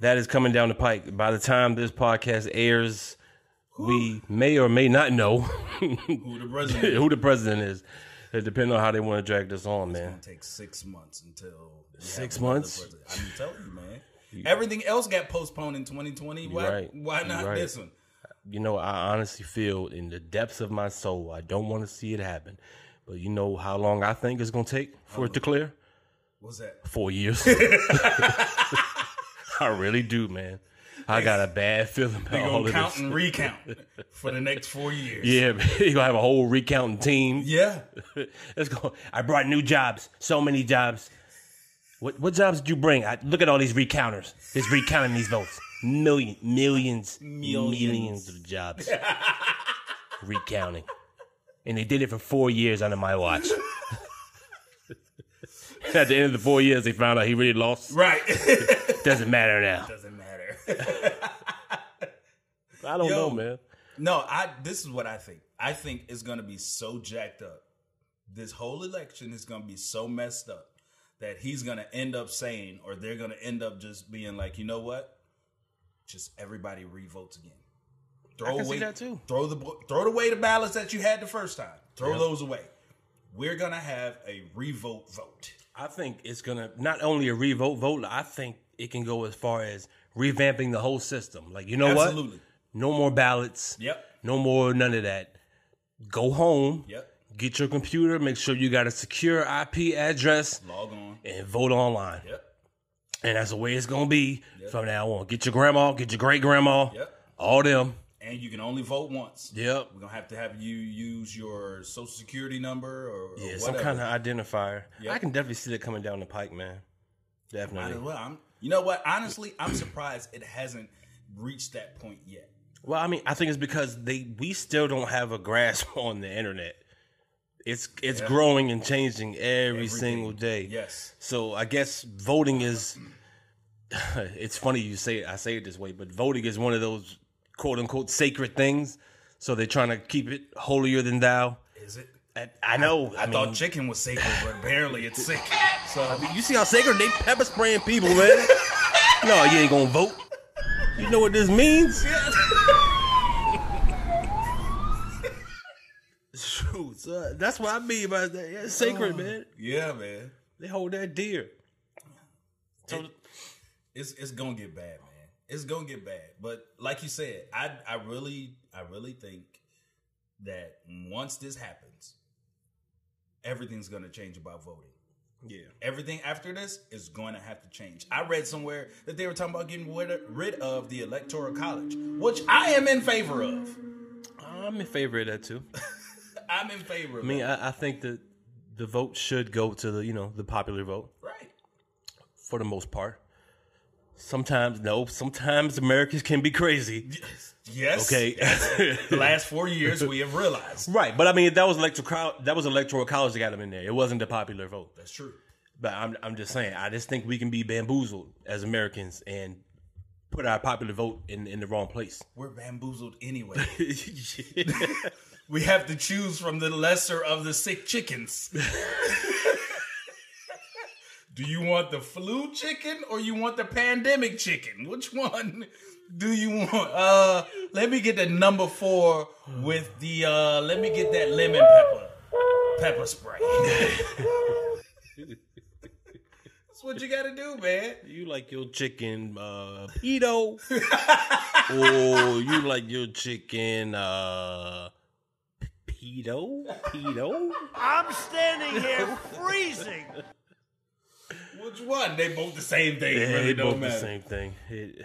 Speaker 1: that is coming down the pike. By the time this podcast airs, we may or may not know
Speaker 2: Who the president?
Speaker 1: who the president is. It depends on how they want to drag this on, man.
Speaker 2: Take six months until we have
Speaker 1: Six
Speaker 2: another
Speaker 1: months?
Speaker 2: president. I'm telling you, man. Everything else got postponed in 2020. Why?
Speaker 1: right.
Speaker 2: Why
Speaker 1: You're
Speaker 2: not
Speaker 1: right.
Speaker 2: this one?
Speaker 1: You know, I honestly feel in the depths of my soul, I don't want to see it happen. But you know how long I think it's gonna take for it to clear?
Speaker 2: What's that?
Speaker 1: Four years. I really do, man. I got a bad feeling
Speaker 2: They
Speaker 1: about all
Speaker 2: gonna
Speaker 1: of
Speaker 2: count
Speaker 1: this.
Speaker 2: and recount for the next four years.
Speaker 1: Yeah, man, you gonna have a whole recounting team.
Speaker 2: Yeah.
Speaker 1: Let's go. I brought new jobs. So many jobs. What what jobs did you bring? I, look at all these recounters. Just recounting these votes. Million, millions,
Speaker 2: Millions.
Speaker 1: millions, of jobs. recounting. And they did it for four years under my watch. At the end of the four years, they found out he really lost.
Speaker 2: Right.
Speaker 1: Doesn't matter now.
Speaker 2: Doesn't matter.
Speaker 1: I don't
Speaker 2: Yo.
Speaker 1: know, man.
Speaker 2: No, I. This is what I think. I think it's gonna be so jacked up. This whole election is gonna be so messed up that he's gonna end up saying, or they're gonna end up just being like, you know what? Just everybody revotes again. Throw
Speaker 1: can see
Speaker 2: away
Speaker 1: that too.
Speaker 2: Throw the bo- throw away the ballots that you had the first time. Throw those away. We're gonna have a revote vote.
Speaker 1: I think it's gonna not only a revote vote. I think it can go as far as revamping the whole system. Like you know what?
Speaker 2: Absolutely.
Speaker 1: No more ballots.
Speaker 2: Yep.
Speaker 1: No more none of that. Go home.
Speaker 2: Yep.
Speaker 1: Get your computer. Make sure you got a secure IP address
Speaker 2: Log on.
Speaker 1: and vote online.
Speaker 2: Yep.
Speaker 1: And that's the way it's gonna be from now on. Get your grandma. Get your great grandma.
Speaker 2: Yep.
Speaker 1: All them.
Speaker 2: And you can only vote once.
Speaker 1: Yep.
Speaker 2: We're gonna have to have you use your social security number or, or
Speaker 1: Yeah,
Speaker 2: whatever.
Speaker 1: some kind of identifier.
Speaker 2: Yep.
Speaker 1: I can definitely see that coming down the pike, man.
Speaker 2: Might
Speaker 1: Definitely.
Speaker 2: as well. I'm, you know what? Honestly, I'm surprised it hasn't reached that point yet.
Speaker 1: Well, I mean, I think it's because they we still don't have a grasp on the internet. It's it's growing and changing every single day.
Speaker 2: Yes.
Speaker 1: So I guess voting is. it's funny you say it, I say it this way, but voting is one of those quote unquote sacred things. So they're trying to keep it holier than thou.
Speaker 2: Is it?
Speaker 1: I, I know. I,
Speaker 2: I, thought
Speaker 1: mean,
Speaker 2: chicken was sacred, but apparently it's sick. So
Speaker 1: you see how sacred they pepper spraying people, man. no, you ain't gonna vote. You know what this means? Shoot, son, that's what I mean by that. Yeah, it's sacred, man.
Speaker 2: yeah, man,
Speaker 1: They hold that dear. So,
Speaker 2: it's it's gonna get bad, man. It's gonna get bad. But like you said, I I really I really think that once this happens, everything's gonna change about voting.
Speaker 1: yeah,
Speaker 2: Everything after this is going to have to change. I read somewhere that they were talking about getting rid rid of the electoral college, which I am in favor of.
Speaker 1: I'm in favor of that too.
Speaker 2: I'm in favor. Of
Speaker 1: I mean,
Speaker 2: it.
Speaker 1: I, I think that the vote should go to the you know the popular vote
Speaker 2: right?
Speaker 1: for the most part. Sometimes no, sometimes Americans can be crazy.
Speaker 2: Yes.
Speaker 1: Okay,
Speaker 2: The last four years, we have realized
Speaker 1: Right, but I mean that was electoral that was electoral college that got him in there. It wasn't the popular vote.
Speaker 2: that's true.
Speaker 1: But I'm I'm just saying, I just think we can be bamboozled as Americans and put our popular vote in in the wrong place.
Speaker 2: We're bamboozled anyway. We have to choose from the lesser of the sick chickens. do you want the flu chicken or you want the pandemic chicken? Which one do you want? Uh, let me get the number four with the. Uh, let me get that lemon pepper pepper spray. That's what you gotta do, man.
Speaker 1: you like your chicken uh pedo or you like your chicken uh pedo? Pedo?
Speaker 4: I'm standing here freezing.
Speaker 2: Which one? They both the same thing.
Speaker 1: Yeah,
Speaker 2: it really
Speaker 1: they
Speaker 2: don't
Speaker 1: both
Speaker 2: matter.
Speaker 1: the same thing. It,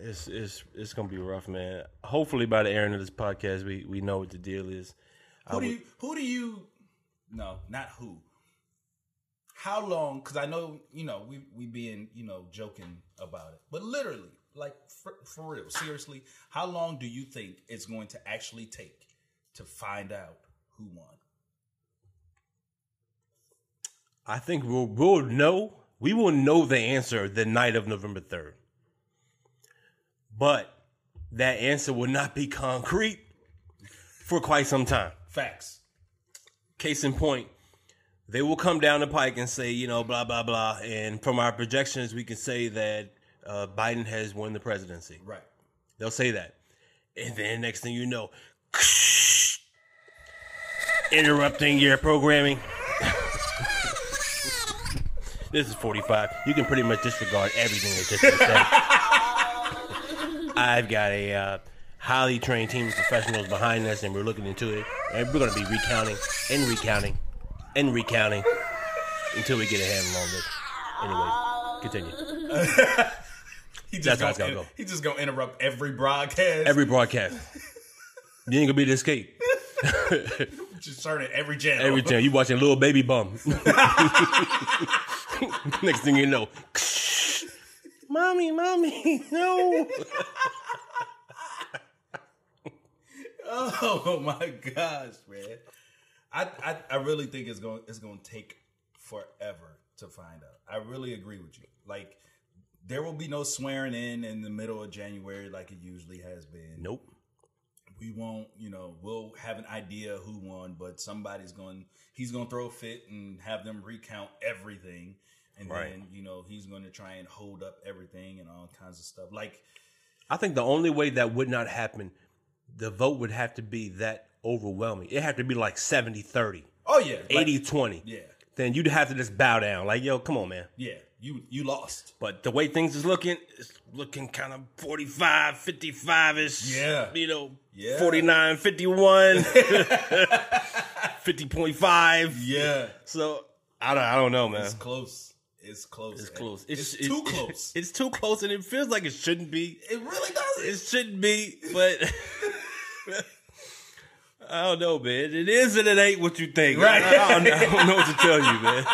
Speaker 1: it's it's it's gonna be rough, man. Hopefully, by the airing of this podcast, we we know what the deal is. I
Speaker 2: Who do
Speaker 1: would-
Speaker 2: you? Who do you? No, not who. How long? Because I know you know we we being you know joking about it, but literally, like for, for real, seriously, how long do you think it's going to actually take to find out who won?
Speaker 1: I think we'll we'll know we will know the answer the night of November third, but that answer will not be concrete for quite some time.
Speaker 2: Facts.
Speaker 1: Case in point, they will come down the pike and say, you know, blah blah blah, and from our projections, we can say that uh, Biden has won the presidency.
Speaker 2: Right.
Speaker 1: They'll say that. And then next thing you know, interrupting your programming. this is 45. You can pretty much disregard everything that just been said. I've got a uh, highly trained team of professionals behind us, and we're looking into it. And we're going to be recounting and recounting and recounting until we get a handle on this. Anyway, continue.
Speaker 2: He just
Speaker 1: That's how it's
Speaker 2: gonna,
Speaker 1: gotta
Speaker 2: in-
Speaker 1: go.
Speaker 2: He just gonna interrupt every broadcast.
Speaker 1: Every broadcast. You ain't going to be the escape.
Speaker 2: just turn it every channel.
Speaker 1: Every time you watching little baby bum. Next thing you know, mommy, mommy, no.
Speaker 2: Oh my gosh, man! I, I I really think it's going it's going to take forever to find out. I really agree with you. Like there will be no swearing in in the middle of January like it usually has been.
Speaker 1: Nope.
Speaker 2: We won't, you know, we'll have an idea who won, but somebody's going he's going to throw a fit and have them recount everything and
Speaker 1: Right.
Speaker 2: then, you know, he's going to try and hold up everything and all kinds of stuff. Like
Speaker 1: I think the only way that would not happen, the vote would have to be that overwhelming. It had to be like 70 30,
Speaker 2: oh yeah, like-
Speaker 1: 80 20.
Speaker 2: yeah.
Speaker 1: Then you'd have to just bow down, like, yo, come on, man.
Speaker 2: Yeah, you you lost.
Speaker 1: But the way things is looking, it's looking kind of 45, 55 ish.
Speaker 2: Yeah.
Speaker 1: You know,
Speaker 2: Yeah.
Speaker 1: 49, 51, 50.5.
Speaker 2: Yeah.
Speaker 1: So I don't, I don't know, man.
Speaker 2: It's close. It's close.
Speaker 1: It's close.
Speaker 2: It's,
Speaker 1: it-
Speaker 2: too
Speaker 1: it-
Speaker 2: close. It,
Speaker 1: It's too close, and it feels like it shouldn't be.
Speaker 2: really does.
Speaker 1: It
Speaker 2: It's,
Speaker 1: shouldn't be, but I don't know, man. It is and it ain't what you think.
Speaker 2: Right.
Speaker 1: I, don't, know- I don't know what to tell you, man.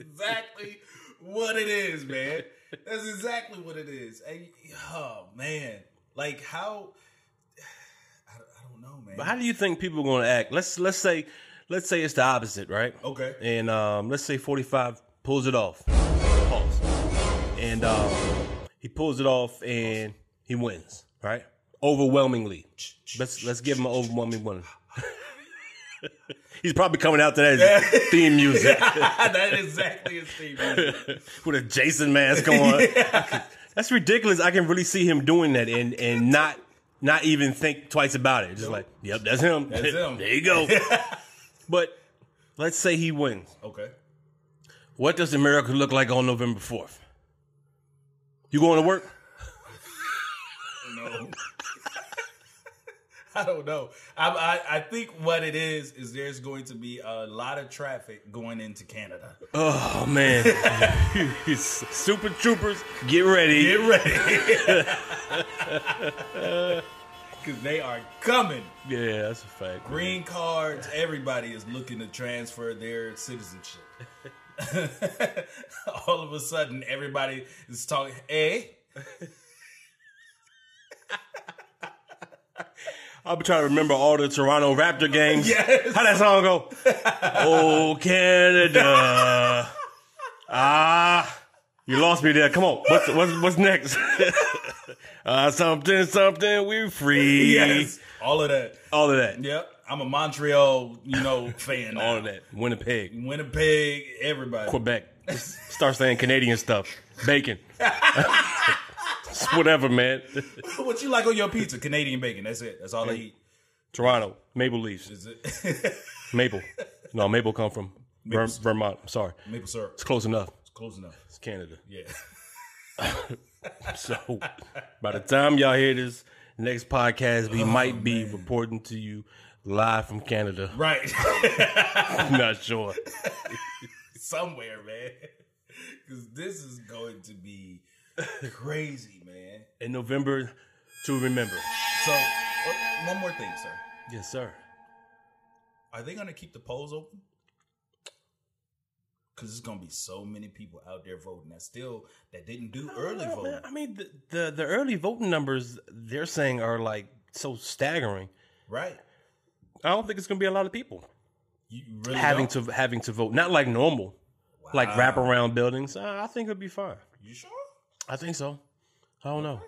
Speaker 2: exactly what it is, man. That's exactly what it is. And, oh man, like how? I, don't- I don't know, man.
Speaker 1: But how do you think people are going to act? Let's let's say let's say it's the opposite, right?
Speaker 2: Okay.
Speaker 1: And um, let's say 45 pulls it off. Pause. And um, he pulls it off and he wins, right? Overwhelmingly. Let's let's give him an overwhelming win. He's probably coming out to that as theme music
Speaker 2: that is exactly his theme. music.
Speaker 1: with a Jason mask on. That's ridiculous. I can really see him doing that and and not not even think twice about it. Just like, yep, that's him.
Speaker 2: That's him.
Speaker 1: there you go. but let's say he wins.
Speaker 2: Okay.
Speaker 1: What does America look like on November fourth? You going to work?
Speaker 2: No. I don't know. I, I I think what it is is there's going to be a lot of traffic going into Canada.
Speaker 1: Oh man, Super Troopers, get ready.
Speaker 2: Get ready, because they are coming.
Speaker 1: yeah, that's a fact.
Speaker 2: Green cards. Everybody is looking to transfer their citizenship. All of a sudden, everybody is talking. Eh?
Speaker 1: I'll be trying to remember all the Toronto Raptor games.
Speaker 2: Yes.
Speaker 1: How that song go? oh, Canada. Ah, you lost me there. Come on. What's, what's, what's next? uh, something, something, we're free.
Speaker 2: Yes. All of that.
Speaker 1: All of that.
Speaker 2: Yep. I'm a Montreal, you know, fan. now.
Speaker 1: All of that. Winnipeg,
Speaker 2: Winnipeg. Everybody.
Speaker 1: Quebec. Just start saying Canadian stuff. Bacon. It's Whatever, man.
Speaker 2: What you like on your pizza? Canadian bacon. That's it. That's all they eat.
Speaker 1: Toronto, Maple Leafs.
Speaker 2: Is it
Speaker 1: Maple. No, Maple come from Ver-
Speaker 2: Maple-
Speaker 1: Vermont. I'm sorry.
Speaker 2: maple syrup?
Speaker 1: It's close enough.
Speaker 2: It's close enough.
Speaker 1: It's Canada.
Speaker 2: Yeah.
Speaker 1: So by the time y'all hear this next podcast,
Speaker 2: Oh,
Speaker 1: we might be reporting to you live from Canada.
Speaker 2: Right.
Speaker 1: I'm not sure.
Speaker 2: Somewhere, man. Because this is going to be crazy, man.
Speaker 1: In November to remember.
Speaker 2: So, oh, one more thing, sir.
Speaker 1: Yes, sir.
Speaker 2: Are they gonna keep the polls open? Because there's gonna be so many people out there voting that still that didn't
Speaker 1: Oh,
Speaker 2: do early voting.
Speaker 1: I mean, the, the the early voting numbers they're saying are like so staggering.
Speaker 2: Right?
Speaker 1: I don't think it's going to be a lot of people
Speaker 2: You really
Speaker 1: having
Speaker 2: don't?
Speaker 1: to having to vote. Not like normal, like wraparound buildings. Uh, I think it'll be fine.
Speaker 2: You sure?
Speaker 1: I think so. I don't know.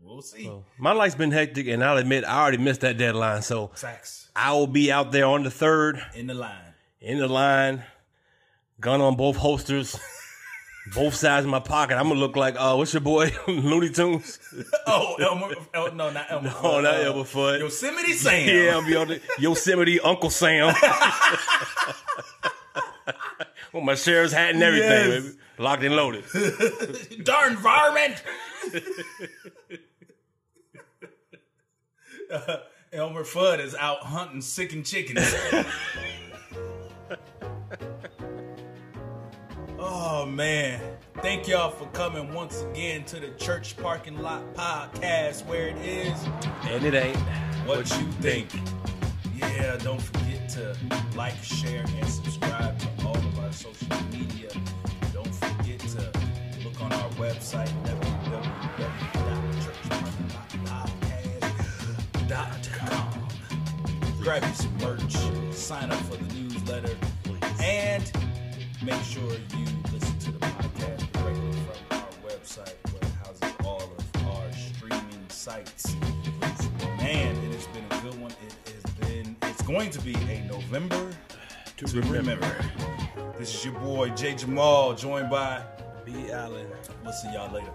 Speaker 2: We'll see.
Speaker 1: My life's been hectic, and I'll admit I already missed that deadline. So
Speaker 2: Sacks
Speaker 1: I will be out there on the third,
Speaker 2: in the line.
Speaker 1: in the line, gun on both holsters, both sides of my pocket. I'm gonna look like uh, what's your boy Looney Tunes?
Speaker 2: Oh, Elmer. El, no, not Elmer.
Speaker 1: No, not
Speaker 2: uh,
Speaker 1: Elmer Fudd.
Speaker 2: Yosemite Sam.
Speaker 1: Yeah, I'll be on the Yosemite Uncle Sam. With my sheriff's hat and everything,
Speaker 2: Yes.
Speaker 1: baby. locked and loaded.
Speaker 2: Darn environment. Uh, Elmer Fudd is out hunting sick and chickens. oh man. Thank y'all for coming once again to the Church Parking Lot Podcast where it is
Speaker 1: And it ain't.
Speaker 2: what, you think. Yeah, don't forget to like, share, and subscribe to all of our social media. Don't forget to look on our website, www.churchparkinglotpodcast.com. Grab you some merch, sign up for the newsletter, and make sure you listen to the podcast directly from our website where it houses all of our streaming sites. Man, it has been a good one. It has been. It's going to be a November to, remember. This is your boy Jay Jamal, joined by.
Speaker 1: B. Allen.
Speaker 2: We'll see y'all later.